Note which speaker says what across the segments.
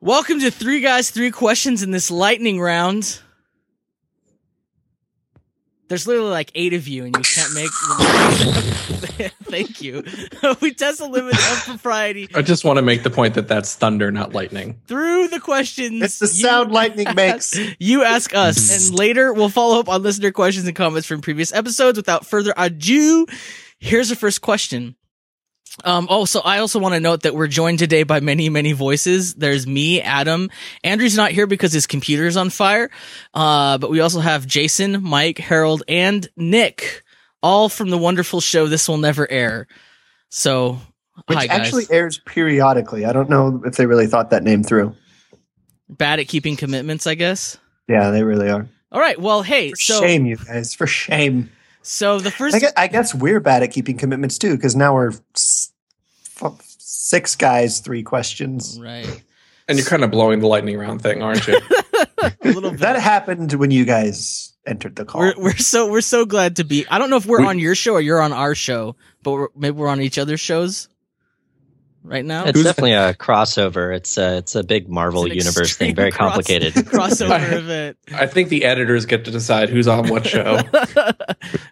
Speaker 1: Welcome to Three Guys, Three Questions in this lightning round. There's literally like eight of you, and you can't make. Thank you. we test the limits of propriety
Speaker 2: I just want to make the point that that's thunder, not lightning.
Speaker 1: through the questions.
Speaker 3: It's the
Speaker 1: you
Speaker 3: sound lightning makes.
Speaker 1: You ask us, and later we'll follow up on listener questions and comments from previous episodes. Without further ado, here's the first question. Um, also, I also want to note that we're joined today by many, many voices. There's me, Adam. Andrew's not here because his computer is on fire. Uh, but we also have Jason, Mike, Harold, and Nick, all from the wonderful show This Will Never Air. So,
Speaker 3: Which
Speaker 1: hi, guys.
Speaker 3: actually airs periodically. I don't know if they really thought that name through.
Speaker 1: Bad at keeping commitments, I guess.
Speaker 3: Yeah, they really are.
Speaker 1: All right. Well, hey,
Speaker 3: For
Speaker 1: so,
Speaker 3: shame, you guys. For shame.
Speaker 1: so the first.
Speaker 3: I guess, I guess we're bad at keeping commitments too, because now we're s- f- six guys, three questions.
Speaker 1: Right.
Speaker 2: And you're kind of blowing the lightning round thing, aren't you?
Speaker 1: A little bit.
Speaker 3: That happened when you guys entered the call.
Speaker 1: We're we're so we're so glad to be. I don't know if we're
Speaker 2: We-
Speaker 1: on your show or you're on our show, but we're, maybe we're on each other's shows right now.
Speaker 4: It's
Speaker 2: Who's-
Speaker 4: definitely a crossover. It's a it's a big Marvel
Speaker 1: It's an
Speaker 4: universe
Speaker 1: extreme
Speaker 4: thing, very
Speaker 1: cross-
Speaker 4: complicated.
Speaker 1: crossover event.
Speaker 2: I think the editors get to decide who's on what show.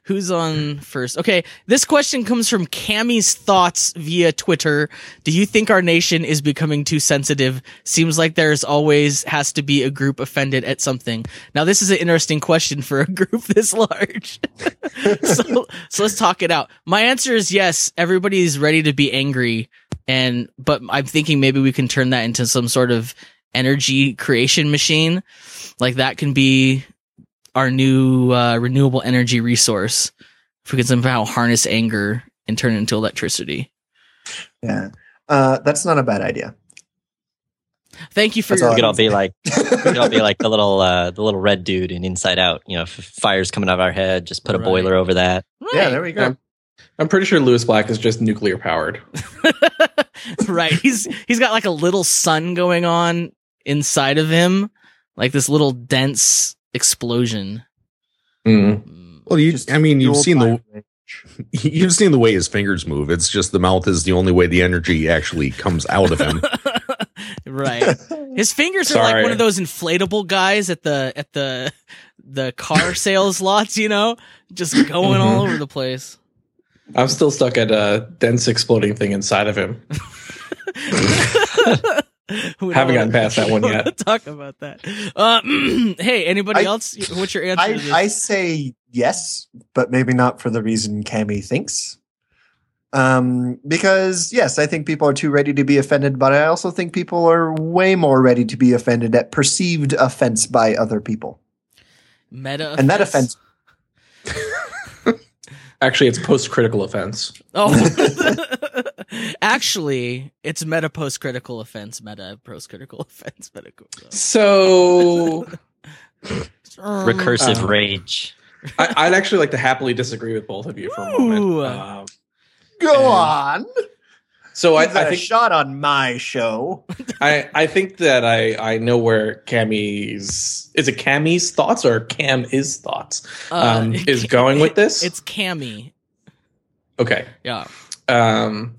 Speaker 1: Who's on first? Okay, this question comes from Cammy's thoughts via Twitter. Do you think our nation is becoming too sensitive? Seems like there's always has to be a group offended at something. Now, this is an interesting question for a group this large. so, so let's talk it out. My answer is yes. Everybody's ready to be angry, and but I'm thinking maybe we can turn that into some sort of energy creation machine. Like that can be our new uh, renewable energy resource. If we can somehow harness anger and turn it into electricity.
Speaker 3: yeah. Uh, that's not a bad idea.
Speaker 1: Thank you for
Speaker 3: That's
Speaker 4: We
Speaker 1: your.
Speaker 3: all
Speaker 4: could all be like we could all be like the little uh, the little red dude in Inside Out. You know, if fire's coming out of our head, just put a
Speaker 1: Right.
Speaker 4: boiler over that.
Speaker 3: yeah, there we go.
Speaker 2: I'm pretty sure Lewis Black is just nuclear powered.
Speaker 1: right. He's he's got like a little sun going on inside of him, like this little dense explosion.
Speaker 2: Mm.
Speaker 1: Mm.
Speaker 5: Well, you.
Speaker 3: Just
Speaker 5: I mean, you've
Speaker 3: fuel
Speaker 5: seen the
Speaker 3: fire.
Speaker 5: you've seen the way his fingers move. It's just the mouth is the only way the energy actually comes out of him.
Speaker 1: right. His fingers are like
Speaker 2: Sorry.
Speaker 1: one of those inflatable guys at the at the the car sales lots, you know, just
Speaker 2: Mm-hmm.
Speaker 1: going all over the place.
Speaker 2: I'm still stuck at a dense exploding thing inside of him.
Speaker 1: We don't
Speaker 2: Haven't
Speaker 1: wanna-
Speaker 2: gotten past that one
Speaker 1: don't
Speaker 2: yet.
Speaker 1: wanna Talk about that. Uh, hey, anybody
Speaker 3: I-
Speaker 1: else? What's your answer? to
Speaker 3: I,
Speaker 1: this?
Speaker 3: I say yes, but maybe not for the reason Cammy thinks. Um, because yes, I think people are too ready to be offended, but I also think people are way more ready to be offended at perceived offense by other people,
Speaker 1: Meta
Speaker 3: and that offends.
Speaker 2: Actually, it's post critical offense.
Speaker 1: Oh, actually, it's meta post critical offense, meta post critical offense, meta.
Speaker 2: So
Speaker 1: Um,
Speaker 4: Recursive
Speaker 2: um,
Speaker 4: rage.
Speaker 2: I, I'd actually like to happily disagree with both of you for a
Speaker 1: Ooh.
Speaker 2: moment. Um,
Speaker 3: Go
Speaker 2: And-
Speaker 3: on.
Speaker 2: so I,
Speaker 3: I,
Speaker 2: I
Speaker 3: a
Speaker 2: think
Speaker 3: shot on my show.
Speaker 2: I, I think that I, I know where Cammy's is it Cammy's thoughts or Cam is thoughts
Speaker 1: uh,
Speaker 2: um, is going with this.
Speaker 1: It's Cammy.
Speaker 2: okay.
Speaker 1: Yeah.
Speaker 2: Um,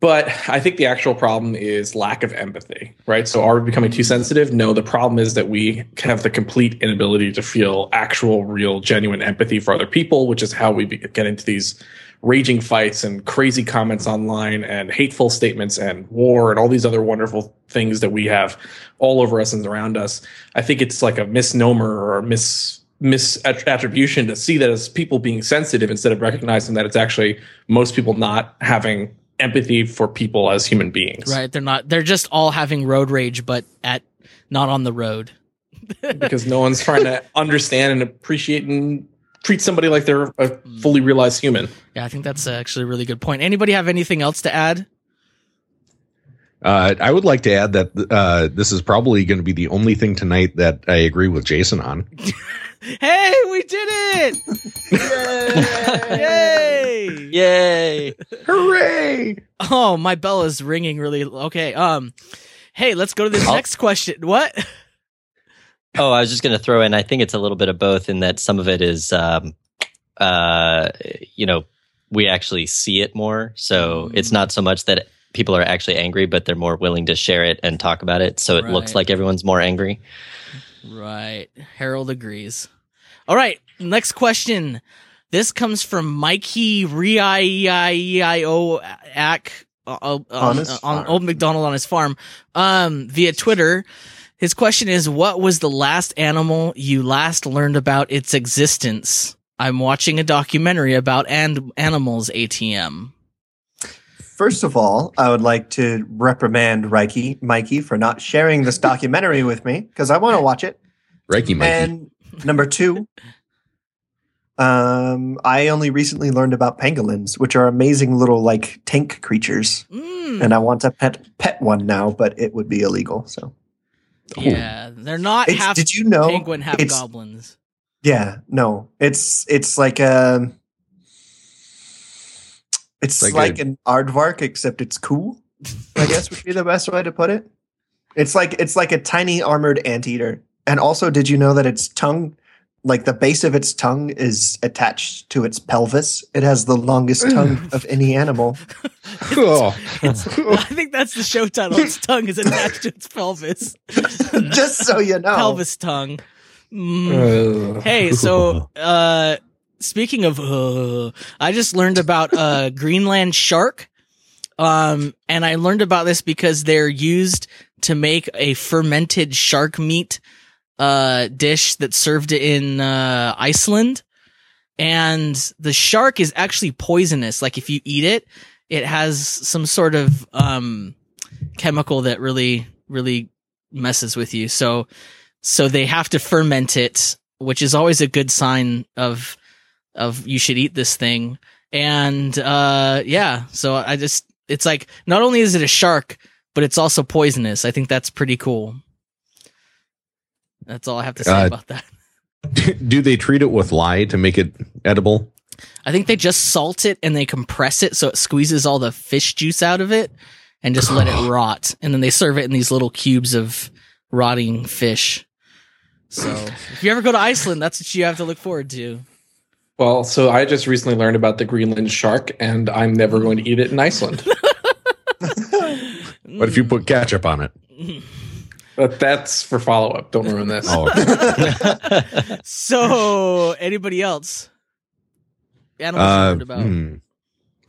Speaker 2: but I think the actual problem is lack of empathy, right? So are we becoming too sensitive? No, the problem is that we have the complete inability to feel actual, real, genuine empathy for other people, which is how we be- get into these raging fights and crazy comments online and hateful statements and war and all these other wonderful things that we have all over us and around us. I think it's like a misnomer or a mis misattribution to see that as people being sensitive instead of recognizing that it's actually most people not having empathy for people as human beings.
Speaker 1: Right. They're not. They're just all having road rage, but at not on the road.
Speaker 2: Because no one's trying to understand and appreciate and treat somebody like they're a fully realized human.
Speaker 1: Yeah, I think that's actually a really good point. Anybody have anything else to add?
Speaker 5: Uh, I would like to add that uh, this is probably going to be the only thing tonight that I agree with Jason on.
Speaker 1: Hey, we did it! Yay!
Speaker 4: Yay!
Speaker 2: Hooray!
Speaker 1: Oh, my bell is ringing really. Okay. Um. Hey, let's go to this
Speaker 4: I'll-
Speaker 1: next question. What?
Speaker 4: Oh, I was just going to throw in. I think it's a little bit of both in that some of it is,
Speaker 1: Mm.
Speaker 4: um, uh, you know, we actually see it more, so it's not so much that people are actually angry, but they're more willing to share it and talk about it. So it looks
Speaker 1: Right.
Speaker 4: like everyone's more angry.
Speaker 1: Right. Harold agrees. All right. Next question. This comes from Mikey Reiac uh, uh,
Speaker 3: On
Speaker 1: on,
Speaker 3: his
Speaker 1: uh, on
Speaker 3: farm.
Speaker 1: Old McDonald on his farm um, via Twitter. His question is What was the last animal you last learned about its existence? I'm watching a documentary about and animals ATM.
Speaker 3: First of all, I would like to reprimand Reiki, Mikey for not sharing this documentary with me because I want to watch it.
Speaker 5: Reiki Mikey.
Speaker 3: And number two, um, I only recently learned about pangolins, which are amazing little like tank creatures,
Speaker 1: Mm,
Speaker 3: and I want to pet pet one now, but it would be illegal. So,
Speaker 1: yeah. They're not
Speaker 3: It's-
Speaker 1: Uh, half
Speaker 3: did you know?
Speaker 1: penguin, half
Speaker 3: it's-
Speaker 1: goblins.
Speaker 3: yeah, no, it's it's like a it's
Speaker 5: Like
Speaker 3: like,
Speaker 5: a-
Speaker 3: an aardvark, except it's cool. I guess would be the best way to put it. It's like it's like a tiny armored anteater. And also, did you know that its tongue, like the base of its tongue, is attached to its pelvis? It has the longest tongue of any animal.
Speaker 5: Oh.
Speaker 1: I think that's the show title. Its tongue is attached to its pelvis.
Speaker 3: Just so you know,
Speaker 1: Pelvis tongue. Mm.
Speaker 2: Ugh.
Speaker 1: Hey, so uh, speaking of, uh, I just learned about uh, Greenland shark, um, and I learned about this because they're used to make a fermented shark meat uh, dish that's served in uh, Iceland, and the shark is actually poisonous. Like if you eat it, it has some sort of um, chemical that really, really messes with you. So. So they have to ferment it which is always a good sign of of you should eat this thing. And uh yeah, so I just it's like not only is it a shark, but it's also poisonous. I think that's pretty cool. That's all I have to say
Speaker 5: Uh,
Speaker 1: about that.
Speaker 5: Do they treat it with lye to make it edible?
Speaker 1: I think they just salt it and they compress it so it squeezes all the fish juice out of it and just let it rot. And then they serve it in these little cubes of rotting fish. So if you ever go to Iceland, that's what you have to look forward to.
Speaker 2: Well, so I just recently learned about the Greenland shark, and I'm never going to eat it in Iceland.
Speaker 5: What if you put ketchup on it?
Speaker 2: but that's for follow up. Don't ruin this.
Speaker 5: Oh,
Speaker 1: So, anybody else? Animals you
Speaker 5: Uh,
Speaker 1: learned about.
Speaker 5: hmm.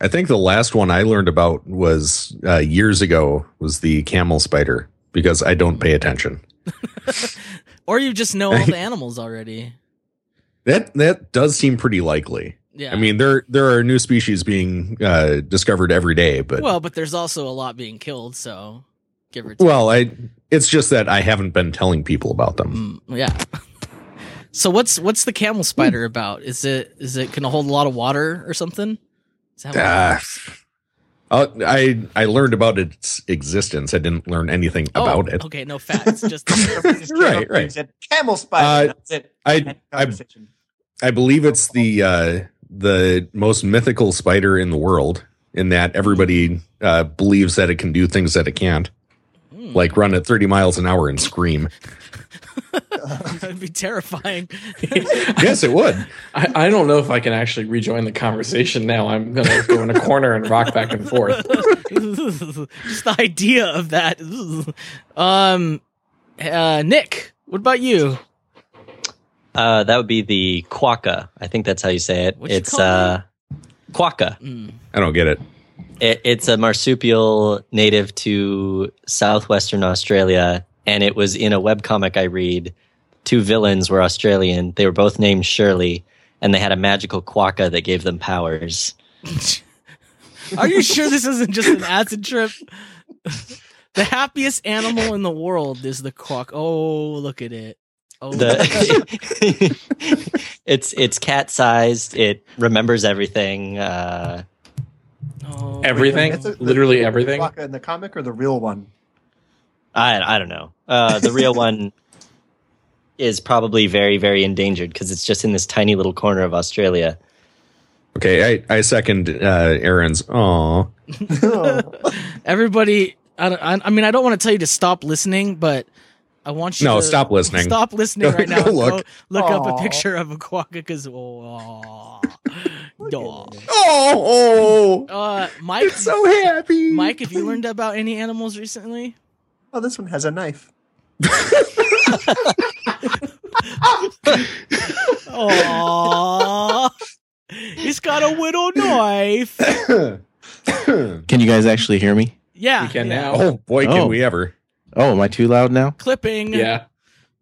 Speaker 5: I think the last one I learned about was uh, years ago was the camel spider because I don't pay attention.
Speaker 1: Or you just know all the animals already.
Speaker 5: That that does seem pretty likely.
Speaker 1: Yeah.
Speaker 5: I mean, there there are new species being uh, discovered every day, but well,
Speaker 1: well, but there's also a lot being killed, so give or take.
Speaker 5: I it's just that I haven't been telling people about them.
Speaker 1: Mm, yeah. So what's what's the camel spider
Speaker 5: Hmm.
Speaker 1: about? Is it is it gonna hold a lot of water or something? Is that what-
Speaker 5: Ah, uh, I I learned about its existence. I didn't learn anything
Speaker 1: Oh,
Speaker 5: about it.
Speaker 1: Okay, no facts. Just
Speaker 5: Right, right.
Speaker 3: Said, Camel spider.
Speaker 5: Uh,
Speaker 3: that's it.
Speaker 5: I I
Speaker 3: Conversation.
Speaker 5: I believe it's the uh, the most mythical spider in the world, in that everybody uh, believes that it can do things that it can't,
Speaker 1: Hmm,
Speaker 5: like run at 30 miles an hour and scream.
Speaker 1: that'd be terrifying.
Speaker 5: yes, it would.
Speaker 2: I, I don't know if I can actually rejoin the conversation now. I'm going to go in a corner and rock back and forth.
Speaker 1: just the idea of that. um, uh, Nick, what about you?
Speaker 4: Uh, that would be the quokka. I think that's how you say it.
Speaker 1: What you
Speaker 4: it's
Speaker 1: call
Speaker 4: uh, quokka.
Speaker 1: Mm.
Speaker 5: I don't get it.
Speaker 4: It, it's a marsupial native to southwestern Australia, and it was in a webcomic I read. Two villains were Australian. They were both named Shirley, and they had a magical quokka that gave them powers.
Speaker 1: Are you sure this isn't just an acid trip? the happiest animal in the world is the quack. Oh, look at it. Oh,
Speaker 4: The it's it's cat sized. It remembers everything. Uh,
Speaker 1: oh.
Speaker 2: Everything?
Speaker 3: That's a-
Speaker 2: Literally everything?
Speaker 3: Waka in the comic or the real one?
Speaker 4: I I don't know. Uh, the real one is probably very very endangered because it's just in this tiny little corner of Australia.
Speaker 5: Okay, I, I second uh, Aaron's. Aw.
Speaker 1: Everybody, I, don't, I, I mean, I don't want to tell you to stop listening, but I want you
Speaker 5: No,
Speaker 1: to
Speaker 5: stop listening.
Speaker 1: Stop listening
Speaker 5: Go-
Speaker 1: right now.
Speaker 5: go
Speaker 1: and
Speaker 5: look.
Speaker 1: look up a
Speaker 3: Aw.
Speaker 1: picture of a quokka because oh, Dog.
Speaker 3: Oh, oh,
Speaker 1: Uh, Mike,
Speaker 3: it's so happy.
Speaker 1: Mike, have you learned about any animals recently?
Speaker 3: Oh, this one has a knife.
Speaker 1: Aww. He's got a widow knife.
Speaker 6: Can you guys actually hear me?
Speaker 1: Yeah.
Speaker 2: We can
Speaker 1: yeah.
Speaker 2: now.
Speaker 5: oh boy, can
Speaker 6: Oh.
Speaker 5: we ever?
Speaker 6: Oh, am I too loud now?
Speaker 1: Clipping.
Speaker 2: Yeah.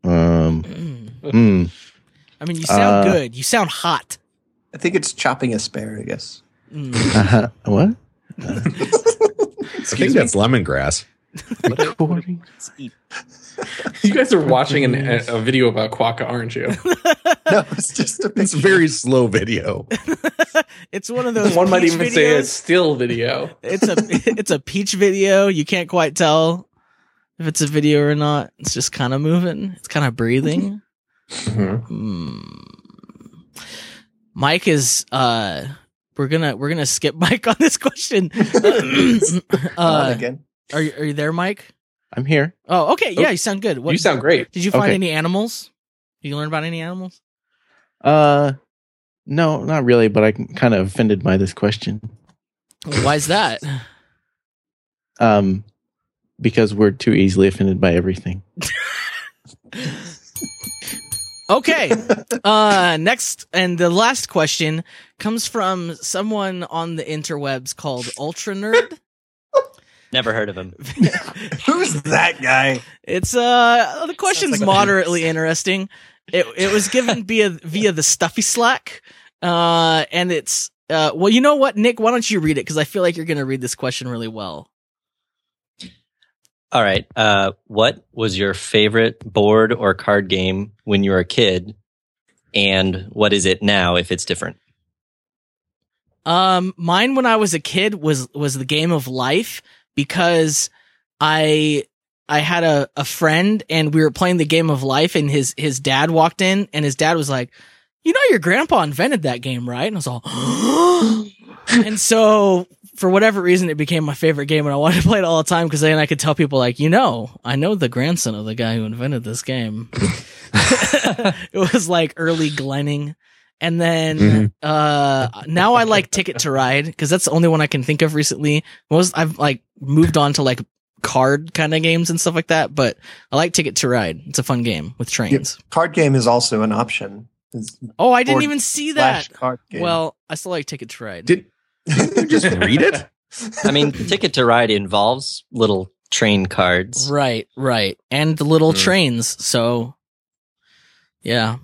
Speaker 6: Um,
Speaker 1: Mm.
Speaker 6: hmm.
Speaker 1: I mean, you sound
Speaker 6: Uh,
Speaker 1: good. You sound hot.
Speaker 3: I think it's chopping asparagus.
Speaker 1: Mm.
Speaker 6: Uh-huh. what?
Speaker 5: I think that's lemongrass.
Speaker 6: Recording?
Speaker 2: You guys are watching an, a, a video about Quokka, aren't you?
Speaker 3: No, it's just a picture.
Speaker 5: It's a very slow video.
Speaker 1: It's one of those.
Speaker 2: One might
Speaker 1: peach
Speaker 2: even say a
Speaker 1: videos.
Speaker 2: still video.
Speaker 1: it's a it's a peach video. You can't quite tell if it's a video or not. It's just kind of moving. It's kind of breathing. Hmm. Mike is uh we're gonna we're gonna skip Mike on this question.
Speaker 3: on
Speaker 1: uh,
Speaker 3: again.
Speaker 1: are you are you there, Mike?
Speaker 6: I'm here.
Speaker 1: Oh, okay. Yeah, you sound good. What,
Speaker 2: You sound great.
Speaker 1: Did you find
Speaker 6: Okay.
Speaker 1: any animals? Did you learn about any animals?
Speaker 6: Uh, no, not really, but I'm kind of offended by this question.
Speaker 1: Why is that?
Speaker 6: Um, because we're too easily offended by everything.
Speaker 1: Okay. Uh, next and the last question comes from someone on the interwebs called Ultra Nerd.
Speaker 4: Never heard of him.
Speaker 3: Who's that guy?
Speaker 1: It's uh the question's
Speaker 4: like a-
Speaker 1: moderately interesting. It it was given via via the stuffy Slack, uh, and it's uh well you know what Nick why don't you read it because I feel like you're gonna read this question really well.
Speaker 4: All right. Uh, what was your favorite board or card game when you were a kid? And what is it now if it's different?
Speaker 1: Um, mine when I was a kid was was the game of life because I I had a a friend and we were playing the game of life and his his dad walked in and his dad was like, "You know your grandpa invented that game, right?" And I was all And so for whatever reason it became my favorite game and I wanted to play it all the time because then I could tell people like, "You know, I know the grandson of the guy who invented this game." it was like early glenning and then
Speaker 5: Mhm.
Speaker 1: uh now I like Ticket to Ride because that's the only one I can think of recently. Most I've like moved on to like card kind of games and stuff like that, but I like Ticket to Ride. It's a fun game with trains.
Speaker 3: Card game is also an option. It's
Speaker 1: Oh, I didn't
Speaker 3: Or
Speaker 1: even see
Speaker 3: flash
Speaker 1: that.
Speaker 3: card game.
Speaker 1: Well, I still like Ticket to Ride.
Speaker 5: Did- You just read it.
Speaker 4: I mean, Ticket to Ride involves little train cards.
Speaker 1: right, right, and the little
Speaker 3: Hmm.
Speaker 5: Mm.
Speaker 1: trains. So, yeah.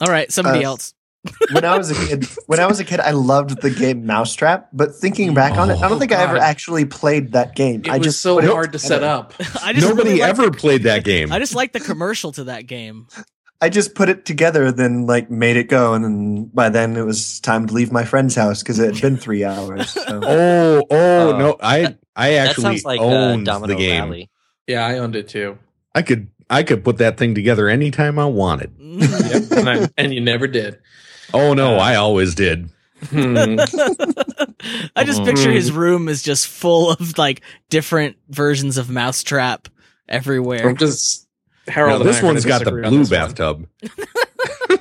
Speaker 1: All right, somebody
Speaker 3: Uh,
Speaker 1: else.
Speaker 3: when I was a kid, when I was a kid, I loved the game Mousetrap. But thinking back on it, I don't think I ever
Speaker 2: Oh, God.
Speaker 3: actually played that game.
Speaker 2: It
Speaker 3: I
Speaker 2: was
Speaker 3: just
Speaker 2: so
Speaker 3: put it
Speaker 2: hard to set
Speaker 3: together.
Speaker 2: up.
Speaker 1: I just
Speaker 5: Nobody
Speaker 1: really like-
Speaker 5: ever played that game.
Speaker 1: I just like the commercial to that game.
Speaker 3: I just put it together, then like made it go, and then by then it was time to leave my friend's house because it had been three hours. So.
Speaker 5: oh, oh
Speaker 4: Uh,
Speaker 5: no! I I
Speaker 4: That
Speaker 5: actually
Speaker 4: sounds like uh,
Speaker 5: owned
Speaker 4: Domino
Speaker 5: the game.
Speaker 4: Rally.
Speaker 2: Yeah, I owned it too.
Speaker 5: I could I could put that thing together anytime I wanted.
Speaker 1: Mm.
Speaker 2: Yep. and, I, and you never did.
Speaker 5: Oh no,
Speaker 2: Uh,
Speaker 5: I always did.
Speaker 2: Hmm.
Speaker 1: I just
Speaker 2: Mm-hmm.
Speaker 1: picture his room is just full of like different versions of Mousetrap everywhere.
Speaker 2: I'm just
Speaker 5: Now,
Speaker 2: Harold. and I
Speaker 5: this
Speaker 2: are gonna
Speaker 5: one's got the
Speaker 2: disagree on
Speaker 5: blue
Speaker 2: this one.
Speaker 5: bathtub.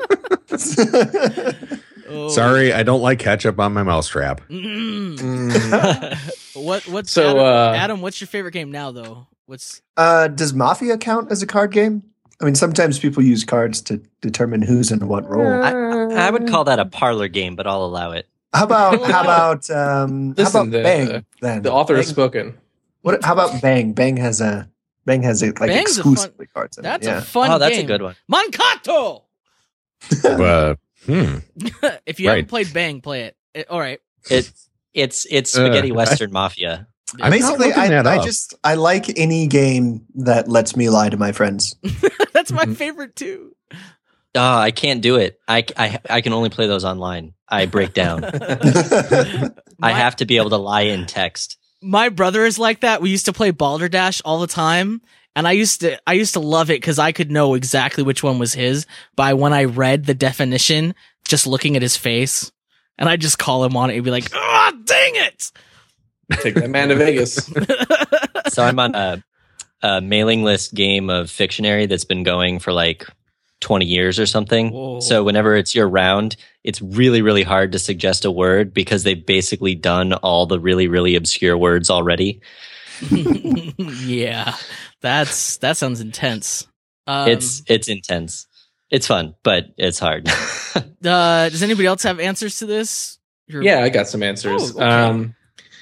Speaker 1: Oh.
Speaker 5: Sorry, I don't like ketchup on my mousetrap.
Speaker 1: Mm.
Speaker 2: Mm.
Speaker 1: What? What's
Speaker 2: So,
Speaker 1: Adam,
Speaker 2: uh,
Speaker 1: Adam? What's your favorite game now, though? What's
Speaker 3: uh, does Mafia count as a card game? I mean, sometimes people use cards to determine who's in what role.
Speaker 1: Uh,
Speaker 4: I, I would call that a parlor game, but I'll allow it.
Speaker 3: How about how about um, how
Speaker 2: Listen,
Speaker 3: about
Speaker 2: the- uh,
Speaker 3: Bang? then
Speaker 2: the author
Speaker 3: Bang,
Speaker 2: has spoken.
Speaker 3: What, how about Bang? Bang has a Bang has a, like
Speaker 1: Bang's a fun-
Speaker 3: exclusively cards. In
Speaker 1: that's
Speaker 3: it.
Speaker 1: a fun.
Speaker 4: oh, that's
Speaker 1: game.
Speaker 4: a good one.
Speaker 1: Mankato.
Speaker 5: Uh, hmm.
Speaker 1: if you haven't
Speaker 5: Right.
Speaker 1: played Bang, play it. It- all right.
Speaker 4: It, it's it's spaghetti
Speaker 5: Uh, I-
Speaker 4: western mafia.
Speaker 5: I'm not
Speaker 3: Basically,
Speaker 5: looking
Speaker 3: I,
Speaker 5: that
Speaker 3: I
Speaker 5: up.
Speaker 3: just I like any game that lets me lie to my friends.
Speaker 1: that's my
Speaker 2: Mhm.
Speaker 1: favorite too.
Speaker 4: Oh, I can't do it. I, I, I can only play those online. I break down. I
Speaker 1: My-
Speaker 4: have to be able to lie in text.
Speaker 1: my brother is like that. We used to play Balderdash all the time, and I used to I used to love it because I could know exactly which one was his by when I read the definition, just looking at his face, and I just call him on it and be like, "Ah, dang it!"
Speaker 2: Take that man to Vegas.
Speaker 4: So I'm on a, a mailing list game of Fictionary that's been going for like 20 years or something.
Speaker 1: Whoa.
Speaker 4: So whenever it's your round, it's really, really hard to suggest a word because they've basically done all the really, really obscure words already.
Speaker 1: yeah, that's that sounds intense. Um,
Speaker 4: it's it's intense. It's fun, but it's hard.
Speaker 1: uh, does anybody else have answers to this? Your-
Speaker 2: Yeah, I got some answers.
Speaker 1: Oh, okay.
Speaker 2: um,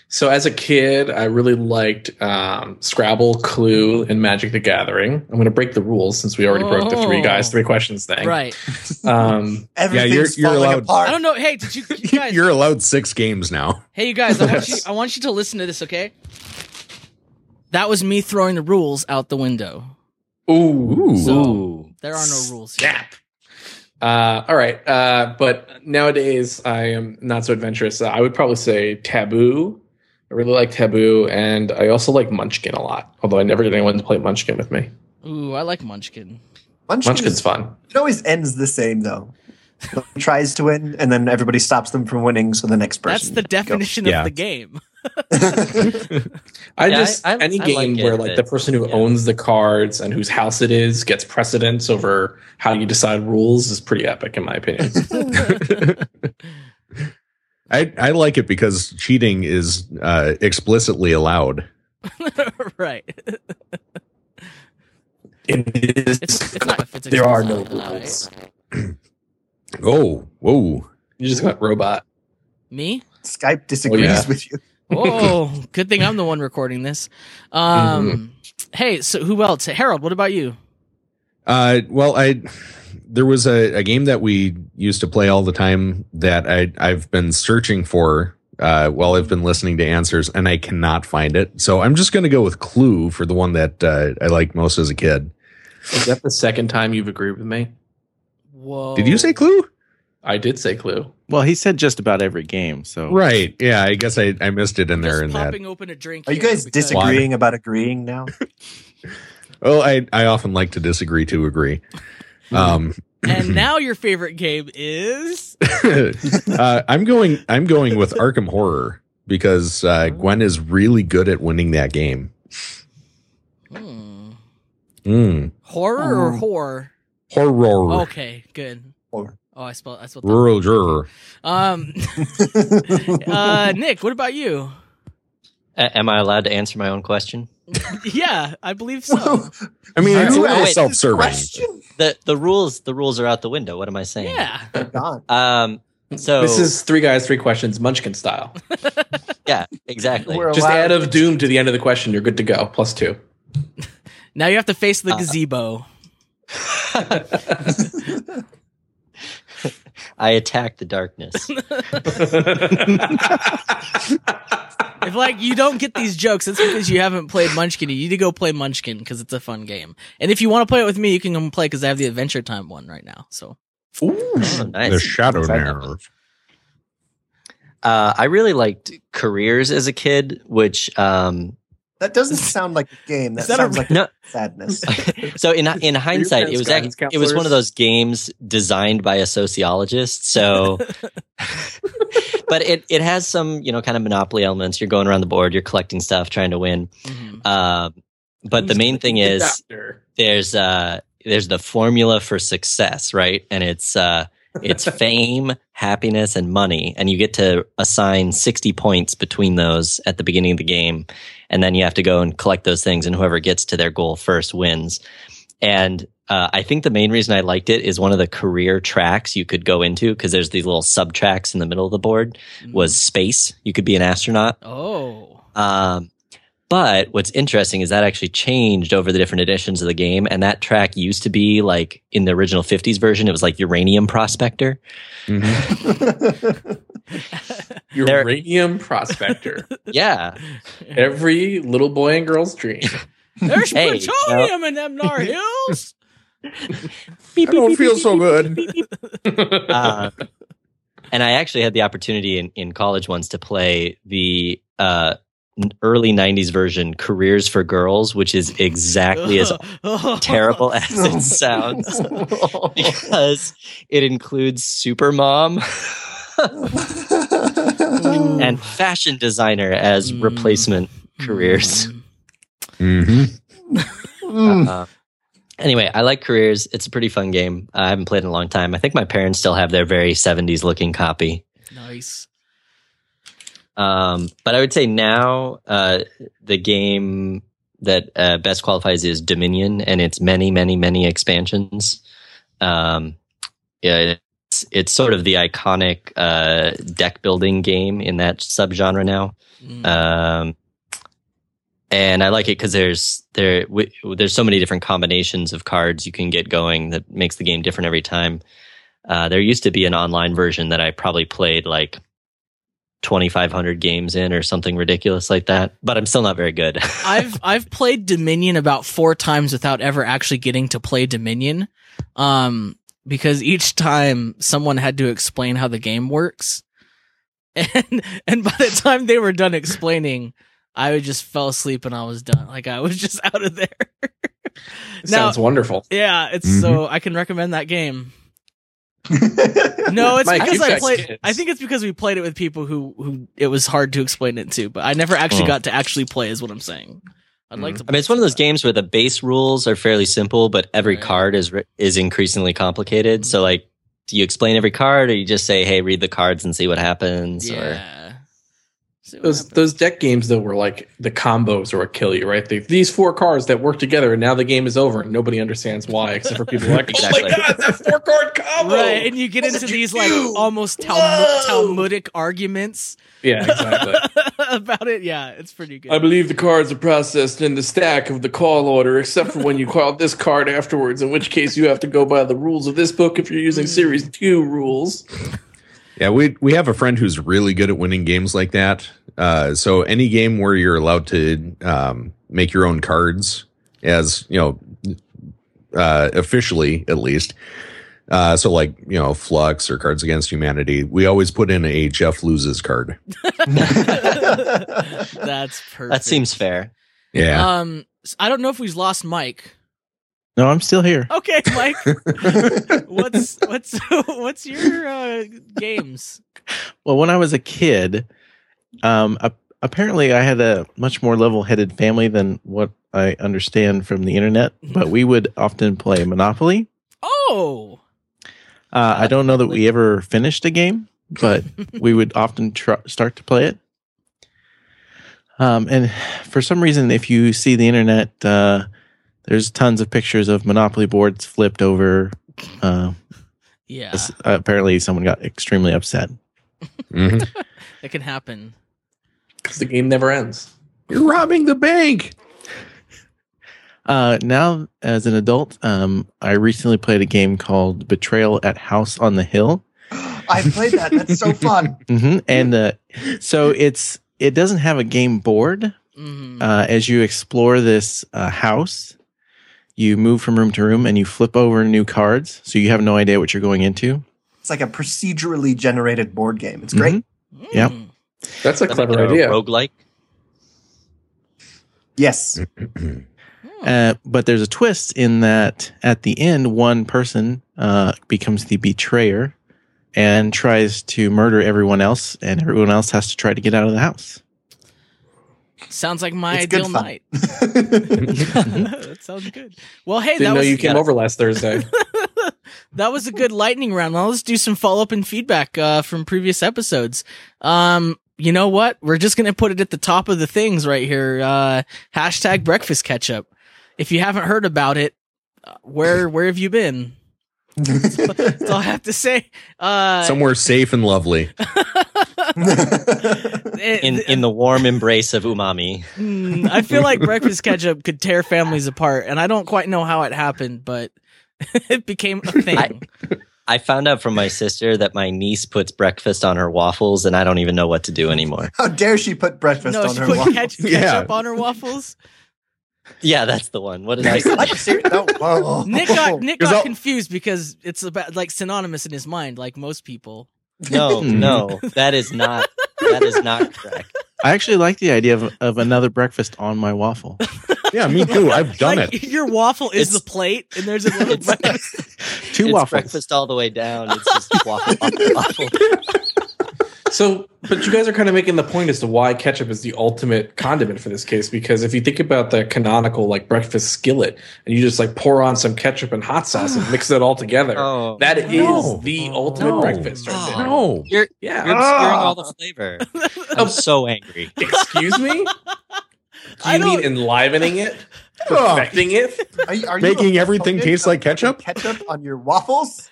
Speaker 2: so as a kid, I really liked um, Scrabble, Clue, and Magic the Gathering. I'm going to break the rules since we already broke the three
Speaker 1: Oh.
Speaker 2: guys, three questions thing.
Speaker 1: right.
Speaker 2: Um,
Speaker 3: Everything's
Speaker 5: you're
Speaker 3: falling
Speaker 5: allowed-
Speaker 1: I
Speaker 3: apart.
Speaker 1: don't know. Hey, did you, you guys?
Speaker 5: You're allowed six games now.
Speaker 1: hey, you guys. I want you. I want you to listen to this, okay? That was me throwing the rules out the window.
Speaker 2: ooh.
Speaker 1: So-
Speaker 4: Ooh.
Speaker 1: There are no rules. Here.
Speaker 2: Snap. Uh, all right. Uh, but nowadays, I am not so adventurous. Uh, I would probably say Taboo. I really like Taboo, and I also like Munchkin a lot. Although I never get anyone to play Munchkin with me.
Speaker 1: Ooh, I like Munchkin.
Speaker 2: Munchkin's
Speaker 3: Munchkin's
Speaker 2: fun.
Speaker 3: It always ends the same though. One tries to win, and then everybody stops them from winning. So the next person.
Speaker 1: That's the definition
Speaker 5: Yeah.
Speaker 1: of the game.
Speaker 2: I
Speaker 4: Yeah,
Speaker 2: just
Speaker 4: I- I-
Speaker 2: any
Speaker 4: I like
Speaker 2: game
Speaker 4: it,
Speaker 2: where like the
Speaker 4: but-
Speaker 2: person who
Speaker 4: yeah.
Speaker 2: owns the cards and whose house it is gets precedence over how you decide rules is pretty epic, in my opinion.
Speaker 5: I, I like it because cheating is uh, explicitly allowed.
Speaker 1: right.
Speaker 2: In this
Speaker 1: It's, it's not if it's
Speaker 2: there are no
Speaker 1: explicitly allowed,
Speaker 2: rules.
Speaker 1: right?
Speaker 5: Oh, whoa.
Speaker 2: You just got robot.
Speaker 1: Me?
Speaker 3: Skype disagrees
Speaker 2: Oh, yeah.
Speaker 3: with you.
Speaker 1: Oh, good thing I'm the one recording this. Um, Hey, so who else? Harold, what about you?
Speaker 5: Uh, well, I there was a, a game that we used to play all the time that I I've been searching for uh, while I've been listening to answers, and I cannot find it. So I'm just going to go with Clue for the one that uh, I liked most as a kid.
Speaker 2: Is that the second time you've agreed with me?
Speaker 1: Whoa.
Speaker 5: Did you say Clue?
Speaker 2: I did say Clue.
Speaker 6: Well, he said just about every game. So
Speaker 5: Right. Yeah. I guess I, I missed it in
Speaker 1: Just
Speaker 5: there in that.
Speaker 1: popping open a drink.
Speaker 3: Are you
Speaker 1: here
Speaker 3: guys
Speaker 1: because-
Speaker 3: disagreeing about agreeing now?
Speaker 5: Well, I I often like to disagree to agree. Um,
Speaker 1: And now your favorite game is
Speaker 5: uh, I'm going. I'm going with Arkham Horror because uh, Gwen is really good at winning that game.
Speaker 1: Hmm.
Speaker 5: Mm.
Speaker 1: horror or
Speaker 3: Oh.
Speaker 1: horror.
Speaker 5: Horror.
Speaker 1: Okay, good.
Speaker 3: Or
Speaker 1: Oh, I spelled. I spelled. That.
Speaker 5: Rural juror.
Speaker 1: Um, uh, Nick, what about you?
Speaker 4: A- am I allowed to answer my own question?
Speaker 1: Yeah, I believe so.
Speaker 5: I mean, it's a
Speaker 3: You
Speaker 5: little
Speaker 3: asked this
Speaker 5: self-serving.
Speaker 3: question?
Speaker 4: The the rules the rules are out the window. What am I saying?
Speaker 1: yeah.
Speaker 3: God.
Speaker 4: Um so
Speaker 2: This is three guys, three questions, Munchkin style.
Speaker 4: yeah, exactly.
Speaker 3: We're
Speaker 2: Just
Speaker 3: allowed-
Speaker 2: add of doom to the end of the question. You're good to go. Plus two.
Speaker 1: Now you have to face the
Speaker 4: Uh,
Speaker 1: gazebo.
Speaker 4: I attack the darkness.
Speaker 1: If like you don't get these jokes, it's because you haven't played Munchkin. You need to go play Munchkin because it's a fun game. And if you want to play it with me, you can come play because I have the Adventure Time one right now. So
Speaker 4: oh, nice.
Speaker 5: The shadow
Speaker 4: Exactly.
Speaker 5: nerve.
Speaker 4: Uh, I really liked careers as a kid, which um,
Speaker 3: That doesn't sound like a game. That,
Speaker 1: Is that a-
Speaker 3: sounds like
Speaker 4: no.
Speaker 3: sadness.
Speaker 4: so in in hindsight, it was
Speaker 2: parents
Speaker 4: act-
Speaker 2: guidance
Speaker 4: it was one
Speaker 2: counselors?
Speaker 4: of those games designed by a sociologist. So, but it it has some you know kind of monopoly elements. You're going around the board, you're collecting stuff, trying to win.
Speaker 1: mhm.
Speaker 4: Um, but the
Speaker 2: Who's
Speaker 4: main thing
Speaker 2: the
Speaker 4: is
Speaker 2: doctor?
Speaker 4: there's uh there's the formula for success, right? And it's uh it's fame, happiness, and money. And you get to assign 60 points between those at the beginning of the game. And then you have to go and collect those things, and whoever gets to their goal first wins. And uh, I think the main reason I liked it is one of the career tracks you could go into because there's these little sub tracks in the middle of the board was space. You could be an astronaut.
Speaker 1: Mm-hmm. oh
Speaker 4: Um, but what's interesting is that actually changed over the different editions of the game. And that track used to be like in the original 50s version, it was like Uranium Prospector.
Speaker 5: Mhm.
Speaker 4: There-
Speaker 2: Uranium prospector.
Speaker 4: Yeah.
Speaker 2: Every little boy and girl's dream.
Speaker 1: there's
Speaker 4: Hey,
Speaker 1: plutonium in Emnar Hills.
Speaker 5: I don't feel so good.
Speaker 4: Uh, and I actually had the opportunity in, in college once to play the uh, n- early 90s version, Careers for Girls, which is exactly as terrible as it sounds because it includes Super Mom. and fashion designer as
Speaker 1: Mm.
Speaker 5: Mm-hmm.
Speaker 4: replacement careers.
Speaker 1: Mm.
Speaker 5: Mhm.
Speaker 4: Uh, Anyway, I like careers. It's a pretty fun game. I haven't played in a long time. I think my parents still have their very 70s looking copy.
Speaker 1: Nice.
Speaker 4: Um, but I would say now uh, the game that uh, best qualifies is Dominion, and it's many, many, many expansions. Um, yeah, it's it's sort of the iconic uh, deck building game in that subgenre now.
Speaker 1: Mm.
Speaker 4: Um, and I like it because there's there w- there's so many different combinations of cards you can get going that makes the game different every time. Uh, there used to be an online version that I probably played like 2,500 games in or something ridiculous like that, but I'm still not very good.
Speaker 1: I've I've played Dominion about four times without ever actually getting to play Dominion, um, because each time someone had to explain how the game works, and and by the time they were done explaining, I just fell asleep and I was done. Like I was just out of there.
Speaker 2: It
Speaker 1: Now-
Speaker 2: sounds wonderful.
Speaker 1: yeah, it's so
Speaker 2: Mm-hmm.
Speaker 1: I can recommend that game. No, it's
Speaker 2: Mike,
Speaker 1: because
Speaker 2: you've
Speaker 1: I
Speaker 2: got
Speaker 1: played.
Speaker 2: kids.
Speaker 1: I think it's because we played it with people who who it was hard to explain it to, but I never actually
Speaker 4: Oh.
Speaker 1: got to actually play. Is what I'm saying. I'd like
Speaker 2: Mm.
Speaker 1: to.
Speaker 4: I mean, it's one of those games where the base rules are fairly simple, but every
Speaker 1: Right.
Speaker 4: card is ri- is increasingly complicated. So, like, do you explain every card, or you just say, "Hey, read the cards and see what happens"? Or
Speaker 1: Yeah. See what
Speaker 2: Those
Speaker 1: happens.
Speaker 2: those deck games though were like the combos are what kill you, right? They, these four cards that work together, and now the game is over, and nobody understands why, except for people who are like,
Speaker 4: Exactly.
Speaker 2: "Oh my god, that four card combo!"
Speaker 1: Right, and you get
Speaker 2: Oh. What
Speaker 1: into
Speaker 2: did you
Speaker 1: these like
Speaker 2: do?
Speaker 1: almost Talmud-
Speaker 2: Whoa!
Speaker 1: Talmudic arguments
Speaker 2: yeah, exactly.
Speaker 1: about it. Yeah, it's pretty good.
Speaker 2: I believe the cards are processed in the stack of the call order, except for when you call this card afterwards, in which case you have to go by the rules of this book if you're using Series
Speaker 1: Mm.
Speaker 2: 2 rules.
Speaker 5: Yeah, we we have a friend who's really good at winning games like that. Uh, so any game where you're allowed to um, make your own cards, as you know, uh, officially at least. Uh, so like you know, Flux or Cards Against Humanity, we always put in a Jeff loses card.
Speaker 1: That's perfect.
Speaker 4: that seems fair.
Speaker 5: Yeah,
Speaker 1: Um, s- I don't know if we've lost Mike.
Speaker 6: No, I'm still here.
Speaker 1: Okay, Mike, what's what's what's your uh, games?
Speaker 6: Well, when I was a kid, um, ap- apparently I had a much more level-headed family than what I understand from the internet. But we would often play Monopoly.
Speaker 1: Oh,
Speaker 6: Uh, I don't know that we ever finished a game, but we would often tr- start to play it. Um, and for some reason, if you see the internet, uh, there's tons of pictures of Monopoly boards flipped over. Uh,
Speaker 1: yeah,
Speaker 6: s- apparently, someone got extremely upset.
Speaker 3: Oh.
Speaker 5: Mhm.
Speaker 1: it can happen.
Speaker 2: Because the game never ends.
Speaker 5: you're robbing the bank.
Speaker 6: Uh, now, as an adult, um, I recently played a game called Betrayal at House on the Hill.
Speaker 3: I played that. That's so fun.
Speaker 6: hmm And uh, so it's it doesn't have a game board,
Speaker 1: Mhm.
Speaker 6: uh, as you explore this uh, house, you move from room to room and you flip over new cards. So you have no idea what you're going into.
Speaker 3: It's like a procedurally generated board game. It's great.
Speaker 6: Mhm.
Speaker 1: Mm.
Speaker 2: That's a
Speaker 4: That's
Speaker 2: clever
Speaker 4: like a
Speaker 2: idea.
Speaker 4: Roguelike.
Speaker 3: Yes.
Speaker 1: Hmm.
Speaker 6: Uh, but there's a twist in that at the end, one person uh, becomes the betrayer and tries to murder everyone else, and everyone else has to try to get out of the house.
Speaker 1: Sounds like my
Speaker 3: It's good
Speaker 1: ideal
Speaker 3: fun.
Speaker 1: night. that sounds good. Well, hey,
Speaker 2: Didn't
Speaker 1: that
Speaker 2: know
Speaker 1: was
Speaker 2: you came over last Thursday.
Speaker 1: that was a good lightning round. Now let's do some follow up and feedback uh, from previous episodes. Um, you know what? We're just gonna put it at the top of the things right here. Uh, hashtag breakfast ketchup. If you haven't heard about it, uh, where where have you been? That's all I have to say. Uh,
Speaker 5: Somewhere safe and lovely.
Speaker 1: it-
Speaker 4: in in the warm embrace of umami.
Speaker 1: Mm, I feel like breakfast ketchup could tear families apart, and I don't quite know how it happened, but it became a thing.
Speaker 4: I- I found out from my sister that my niece puts breakfast on her waffles, and I don't even know what to do anymore.
Speaker 3: How dare she put breakfast
Speaker 1: no,
Speaker 3: on
Speaker 1: she
Speaker 3: her
Speaker 1: put
Speaker 3: waffle?
Speaker 1: ketch- ketchup
Speaker 5: Yeah.
Speaker 1: on her waffles.
Speaker 4: Yeah, that's the one. What did I say?
Speaker 3: Like, seriously? No. Whoa.
Speaker 1: Nick got Nick
Speaker 5: There's
Speaker 1: got
Speaker 5: al-
Speaker 1: confused because it's about like synonymous in his mind, like most people.
Speaker 4: No, no, that is not. That is not correct.
Speaker 6: I actually like the idea of, of another breakfast on my waffle.
Speaker 5: Yeah, me too. I've done
Speaker 1: like
Speaker 5: it.
Speaker 1: your waffle is
Speaker 4: It's-
Speaker 1: the plate, and there's a little
Speaker 4: It's-
Speaker 1: breakfast.
Speaker 6: Two
Speaker 4: it's
Speaker 6: waffles.
Speaker 4: breakfast all the way down. It's just waffle, waffle, waffle.
Speaker 2: So, but you guys are kind of making the point as to why ketchup is the ultimate condiment for this case because if you think about the canonical like breakfast skillet and you just like pour on some ketchup and hot sauce and mix it all together,
Speaker 4: Oh.
Speaker 2: that is
Speaker 5: No.
Speaker 2: the ultimate
Speaker 5: No.
Speaker 2: breakfast
Speaker 3: Oh.
Speaker 2: right there.
Speaker 5: No.
Speaker 4: You're,
Speaker 2: Yeah.
Speaker 4: you're obscuring all the flavor. I'm so angry.
Speaker 2: Excuse me? Do
Speaker 1: I
Speaker 2: you
Speaker 1: don't-
Speaker 2: mean enlivening it? Perfecting it?
Speaker 3: Are you, are you
Speaker 5: Making
Speaker 3: a-
Speaker 5: everything taste like ketchup?
Speaker 3: Ketchup on your waffles?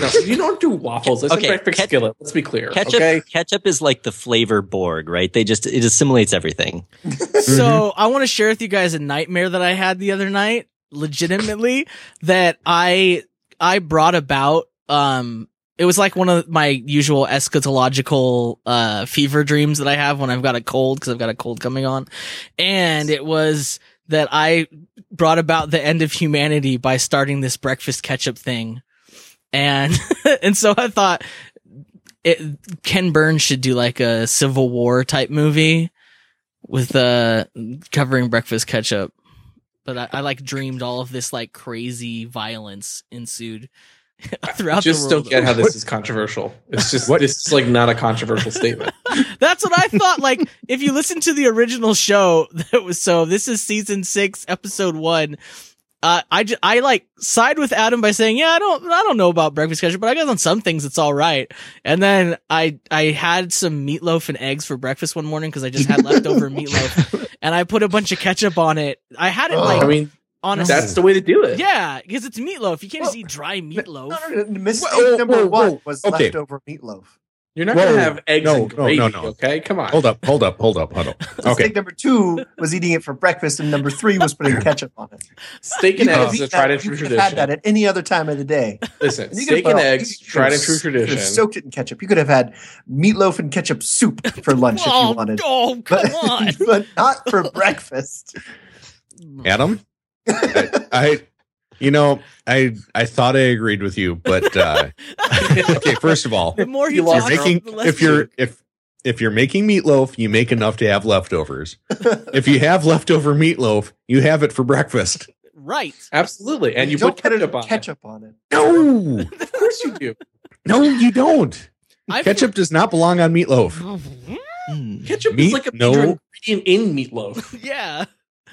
Speaker 2: No, you don't do waffles. It's
Speaker 4: Okay,
Speaker 2: a breakfast
Speaker 4: ket-
Speaker 2: skillet. Let's be clear.
Speaker 4: Ketchup,
Speaker 2: Okay.
Speaker 4: ketchup is like the flavor Borg, right? They just it assimilates everything.
Speaker 1: So I want to share with you guys a nightmare that I had the other night, legitimately, that I I brought about. Um, it was like one of my usual eschatological uh fever dreams that I have when I've got a cold because I've got a cold coming on, and it was that I brought about the end of humanity by starting this breakfast ketchup thing, and and so I thought. It, Ken Burns should do like a Civil War type movie with uh covering breakfast ketchup. But I, I like dreamed all of this like crazy violence ensued throughout
Speaker 2: Just
Speaker 1: the
Speaker 2: don't
Speaker 1: world.
Speaker 2: get how this is controversial. It's just what? this is like not a controversial statement.
Speaker 1: That's what I thought. Like if you listen to the original show, that was so. This is season six, episode one. Uh, I, ju- I like side with Adam by saying, yeah, I don't, I don't know about breakfast ketchup, but I guess on some things it's all right. And then I, I had some meatloaf and eggs for breakfast one morning because I just had leftover meatloaf and I put a bunch of ketchup on it. I had it
Speaker 3: Oh.
Speaker 1: like
Speaker 2: I mean,
Speaker 1: on a
Speaker 2: that's the way to do it.
Speaker 1: Yeah, because it's meatloaf. You can't just eat dry meatloaf.
Speaker 3: No, no, no, mistake
Speaker 5: Whoa, whoa,
Speaker 3: number
Speaker 5: whoa,
Speaker 3: one
Speaker 5: whoa.
Speaker 3: was
Speaker 5: Okay.
Speaker 3: leftover meatloaf.
Speaker 2: You're not
Speaker 5: Whoa.
Speaker 2: gonna have eggs
Speaker 5: No,
Speaker 2: and
Speaker 5: no,
Speaker 2: gravy.
Speaker 5: no, no.
Speaker 2: Okay, come on.
Speaker 5: Hold up, hold up, hold up, hold up.
Speaker 3: Mistake
Speaker 5: Okay.
Speaker 3: number two was eating it for breakfast, and number three was putting ketchup on it.
Speaker 2: Steak and
Speaker 3: You could've
Speaker 2: eggs is a
Speaker 3: eaten
Speaker 2: Oh, tried
Speaker 3: that-
Speaker 2: and true
Speaker 3: you could've had that
Speaker 2: tradition.
Speaker 3: at any other time of the day.
Speaker 2: Listen,
Speaker 3: And you
Speaker 2: steak
Speaker 3: could've-
Speaker 2: and
Speaker 3: well,
Speaker 2: eggs,
Speaker 3: you
Speaker 2: tried
Speaker 3: could've
Speaker 2: and true
Speaker 3: s- you could've
Speaker 2: tradition.
Speaker 3: Soaked it in ketchup. You could have had meatloaf and ketchup soup for lunch if you
Speaker 1: oh,
Speaker 3: wanted.
Speaker 1: oh, come on.
Speaker 3: But, but not for breakfast.
Speaker 5: Adam? I, I you know, I I thought I agreed with you, but uh okay, first of all,
Speaker 1: the more
Speaker 2: You
Speaker 1: you
Speaker 2: lost
Speaker 1: talk,
Speaker 5: you're
Speaker 2: Awesome.
Speaker 5: making
Speaker 1: the less
Speaker 5: if you're if if you're making meatloaf, you make enough to have leftovers. if you have leftover meatloaf, you have it for breakfast.
Speaker 1: right.
Speaker 2: Absolutely, and you,
Speaker 3: don't
Speaker 2: put ketchup on. Ketchup.
Speaker 3: ketchup on it.
Speaker 5: No,
Speaker 2: Of course you do.
Speaker 5: no, you don't.
Speaker 1: I
Speaker 5: Ketchup does not belong on meatloaf.
Speaker 6: Hmm.
Speaker 2: Ketchup
Speaker 5: Meat?
Speaker 2: is like a
Speaker 5: No.
Speaker 2: major ingredient in meatloaf.
Speaker 1: yeah.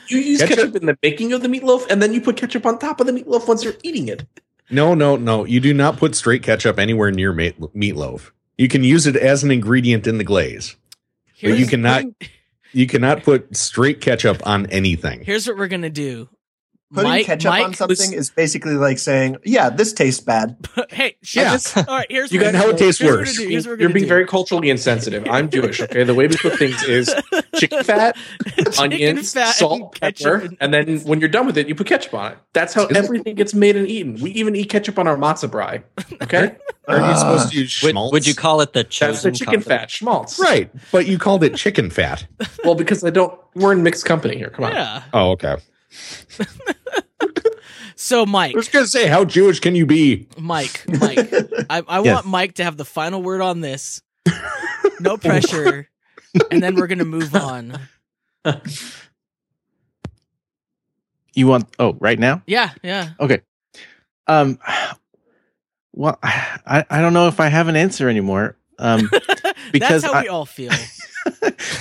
Speaker 2: You use
Speaker 5: Ketchup-
Speaker 2: ketchup. in the baking of the meatloaf, and then you put ketchup on top of the meatloaf once you're eating it.
Speaker 5: No, no, no. You do not put straight ketchup anywhere near ma- meatloaf. You can use it as an ingredient in the glaze, but you
Speaker 1: Here's-
Speaker 5: cannot. You cannot put straight ketchup on anything.
Speaker 1: Here's what we're gonna do.
Speaker 3: Putting
Speaker 1: Mike,
Speaker 3: ketchup
Speaker 1: Mike
Speaker 3: on something is basically like saying, "Yeah, this tastes bad."
Speaker 1: was- hey,
Speaker 5: Yeah.
Speaker 1: yeah. all right. Here's
Speaker 2: You
Speaker 1: what
Speaker 2: got
Speaker 1: we're
Speaker 5: how it
Speaker 1: gonna do.
Speaker 5: tastes
Speaker 1: Here's what we're
Speaker 5: worse.
Speaker 1: gonna do. Here's what we're
Speaker 2: You're
Speaker 1: gonna
Speaker 2: being
Speaker 1: do.
Speaker 2: very culturally insensitive. I'm Jewish. Okay, the way we cook things is chicken fat, onions,
Speaker 1: fat and
Speaker 2: salt,
Speaker 1: ketchup
Speaker 2: pepper,
Speaker 1: and-
Speaker 2: and then when you're done with it, you put ketchup on it. That's how
Speaker 5: Isn't-
Speaker 2: everything gets made and eaten. We even eat ketchup on our matzo brie. Okay,
Speaker 5: Are you supposed to use
Speaker 4: Would,
Speaker 5: schmaltz?
Speaker 4: would you call it the chosen
Speaker 2: that's the chicken
Speaker 4: condiment?
Speaker 2: fat schmaltz,
Speaker 5: right? But you called it chicken fat.
Speaker 2: Well, because I don't. We're in mixed company here. Come on.
Speaker 1: Yeah.
Speaker 5: Oh, okay.
Speaker 1: So, Mike,
Speaker 5: I was gonna say, how Jewish can you be?
Speaker 1: Mike, Mike, I, I
Speaker 6: Yes.
Speaker 1: want Mike to have the final word on this. No pressure, and then we're gonna move on.
Speaker 6: You want? Oh, right now.
Speaker 1: Yeah, yeah.
Speaker 6: Um, well, I I don't know if I have an answer anymore. Um, Because
Speaker 1: That's how
Speaker 6: I-
Speaker 1: we all feel.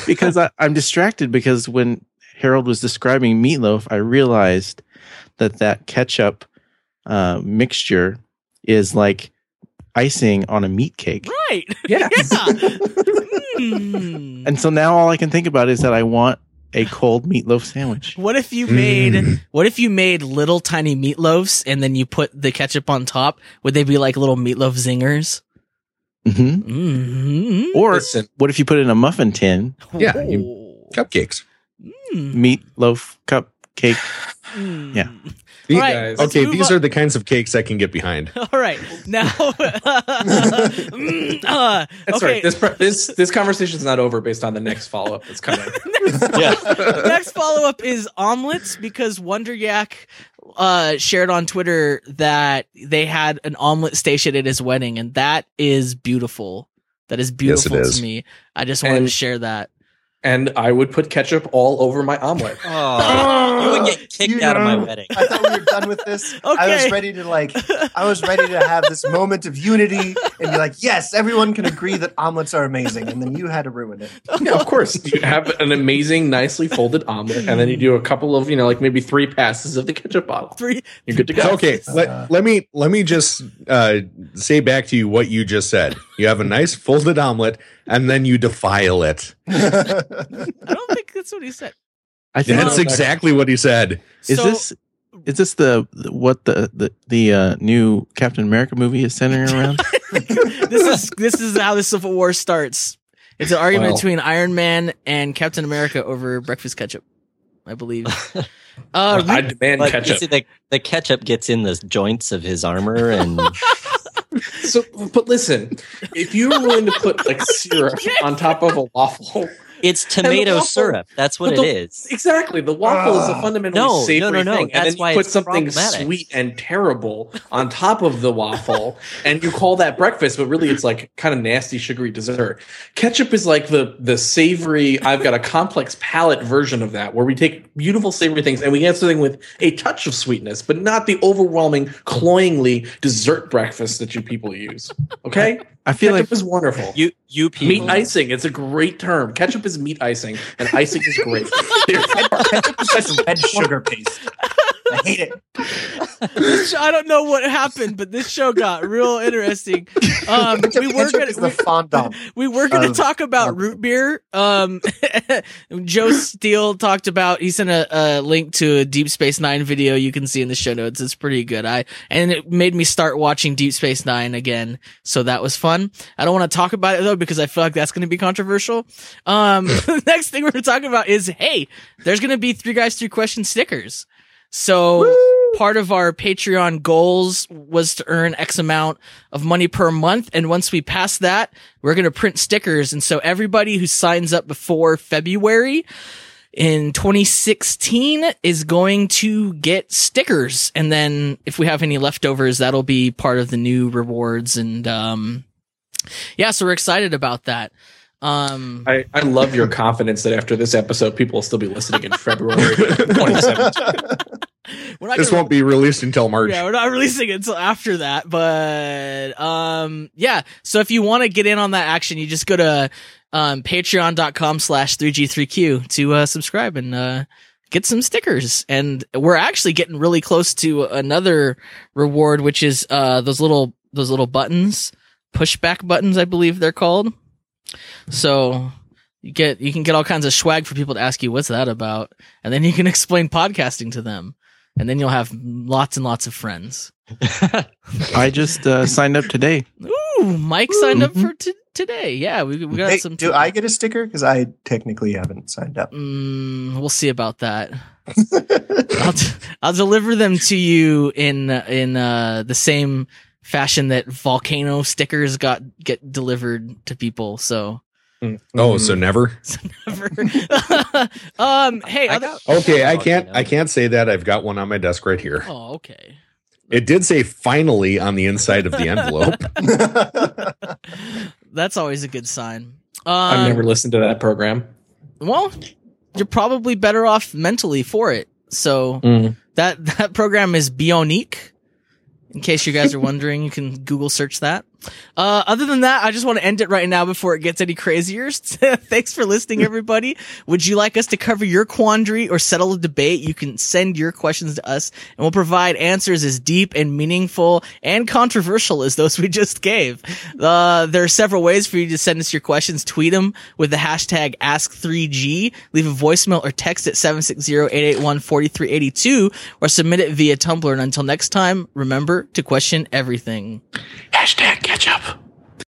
Speaker 6: because I, I'm distracted because when Harold was describing meatloaf, I realized that that ketchup uh, mixture is like icing on a meat cake.
Speaker 1: right.
Speaker 2: Yeah.
Speaker 1: Yeah. Mm.
Speaker 6: And so now all I can think about is that I want a cold meatloaf sandwich.
Speaker 1: What if you made
Speaker 5: Mm.
Speaker 1: what if you made little tiny meatloaves and then you put the ketchup on top? Would they be like little meatloaf zingers?
Speaker 6: hmm
Speaker 1: Mm-hmm.
Speaker 6: Or
Speaker 5: Listen.
Speaker 6: what if you put it in a muffin tin,
Speaker 5: Yeah, you-
Speaker 1: Oh.
Speaker 5: cupcakes?
Speaker 6: meatloaf cupcake? yeah.
Speaker 1: Mm. All right.
Speaker 2: guys.
Speaker 1: let's
Speaker 5: okay,
Speaker 1: move
Speaker 5: these
Speaker 1: on.
Speaker 5: are the kinds of cakes I can get behind.
Speaker 1: All right. Now Mm, uh,
Speaker 2: That's
Speaker 1: okay.
Speaker 2: right. This pro- this this conversation's not over based on the next follow up that's coming.
Speaker 1: Next follow up is omelets because Wonder Yak uh, shared on Twitter that they had an omelet station at his wedding, and that is beautiful. That is
Speaker 5: Yes, it
Speaker 1: beautiful
Speaker 5: is.
Speaker 1: to me. I just wanted
Speaker 2: And-
Speaker 1: to share that.
Speaker 2: and I would put ketchup all over my omelet.
Speaker 4: Oh, you would get kicked
Speaker 3: You
Speaker 4: out of my
Speaker 3: know.
Speaker 4: wedding.
Speaker 3: I thought we were done with this. I
Speaker 1: Okay.
Speaker 3: was ready to like, I was ready to have this moment of unity and be like, yes, everyone can agree that omelets are amazing. And then you had to ruin it.
Speaker 2: yeah, of course. You have an amazing, nicely folded omelet, and then you do a couple of, you know, like maybe three passes of the ketchup bottle.
Speaker 1: Three.
Speaker 2: You're good to go.
Speaker 5: Okay, let, let me let me just uh, say back to you what you just said. You have a nice folded omelet, and then you defile it.
Speaker 1: I don't think that's what he said.
Speaker 6: I think
Speaker 5: That's exactly what he said.
Speaker 6: Is
Speaker 1: so,
Speaker 6: this is this the the- what the the, the uh, new Captain America movie is centering around?
Speaker 1: this is this is how the Civil War starts. It's an argument
Speaker 5: Wow.
Speaker 1: between Iron Man and Captain America over breakfast ketchup, I believe. Uh,
Speaker 2: I
Speaker 1: Re-
Speaker 2: demand
Speaker 4: Like, you
Speaker 2: ketchup.
Speaker 4: see, the, the ketchup gets in the joints of his armor, and
Speaker 2: So, but listen, if you were willing to put like syrup on top of a waffle,
Speaker 4: it's
Speaker 2: And the
Speaker 4: tomato
Speaker 2: waffle-
Speaker 4: syrup. That's what
Speaker 2: but
Speaker 4: it
Speaker 2: the-
Speaker 4: is.
Speaker 2: exactly the waffle is a
Speaker 3: Ah.
Speaker 2: fundamentally
Speaker 4: No, no,
Speaker 2: savory
Speaker 4: no, no,
Speaker 2: thing,
Speaker 4: that's
Speaker 2: and then
Speaker 4: why
Speaker 2: you put
Speaker 4: it's
Speaker 2: something
Speaker 4: problematic.
Speaker 2: sweet and terrible on top of the waffle, and you call that breakfast, but really it's like kind of nasty sugary dessert. Ketchup is like the the savory. I've got a complex palate version of that, where we take beautiful savory things and we add something with a touch of sweetness, but not the overwhelming, cloyingly dessert breakfast that you people use. Okay,
Speaker 6: I feel
Speaker 2: ketchup
Speaker 6: like
Speaker 2: is wonderful.
Speaker 4: You you
Speaker 2: Meat
Speaker 4: people.
Speaker 2: icing. It's a great term. Ketchup is meat icing, and icing is great.
Speaker 3: It's just red sugar paste. I hate it.
Speaker 1: this show- I don't know what happened, but this show got real interesting. Um, we were
Speaker 3: Ketchup
Speaker 1: gonna
Speaker 3: is the fondant.
Speaker 1: we were going
Speaker 3: of-
Speaker 1: to talk about root beer. Um, Joe Steele talked about he sent a, a link to a Deep Space Nine video you can see in the show notes. It's pretty good. I and it made me start watching Deep Space Nine again, so that was fun. I don't want to talk about it though because I feel like that's going to be controversial. Um, the next thing we're talking about is hey, there's going to be three guys, three questions stickers. So part of our Patreon goals was to earn X amount of money per month. And once we pass that, we're going to print stickers. And so everybody who signs up before February in 2016 is going to get stickers. And then if we have any leftovers, that'll be part of the new rewards. And, um, yeah, so we're excited about that. Um,
Speaker 2: I, I love your confidence that after this episode, people will still be listening in February 2017.
Speaker 1: we're not
Speaker 5: This
Speaker 1: gonna-
Speaker 5: won't be released until March.
Speaker 1: Yeah, we're not releasing it until after that. But um yeah. So if you want to get in on that action, you just go to um patreon.com slash three G three Q to uh subscribe and uh get some stickers. And we're actually getting really close to another reward, which is uh those little those little buttons, pushback buttons, I believe they're called. So you get you can get all kinds of swag for people to ask you what's that about, and then you can explain podcasting to them and then you'll have lots and lots of friends.
Speaker 6: I just uh, signed up today.
Speaker 1: Ooh, Mike signed up for t- today. Yeah, we, we got
Speaker 3: Hey,
Speaker 1: some.
Speaker 3: do I get a sticker? Because I technically haven't signed up.
Speaker 1: Mm, we'll see about that. I'll, t- I'll deliver them to you in in uh, the same fashion that volcano stickers got get delivered to people. So,
Speaker 5: Oh, so never.
Speaker 1: um, hey,
Speaker 4: I
Speaker 1: other-
Speaker 4: got-
Speaker 5: Okay, I
Speaker 4: Oh,
Speaker 5: can't.
Speaker 4: you know.
Speaker 5: I can't say that. I've got one on my desk right here.
Speaker 1: oh, okay.
Speaker 5: It did say "finally" on the inside of the envelope.
Speaker 1: That's always a good sign. Um,
Speaker 2: I've never listened to that program.
Speaker 1: well, you're probably better off mentally for it. So that that program is Bionique. In case you guys are wondering, you can Google search that. Uh, other than that, I just want to end it right now before it gets any crazier. Thanks for listening, everybody. Would you like us to cover your quandary or settle a debate? You can send your questions to us and we'll provide answers as deep and meaningful and controversial as those we just gave. Uh, there are several ways for you to send us your questions. Tweet them with the hashtag ask3g, leave a voicemail or text at 760-881-4382 or submit it via Tumblr. And until next time, remember to question everything.
Speaker 2: Hashtag ketchup.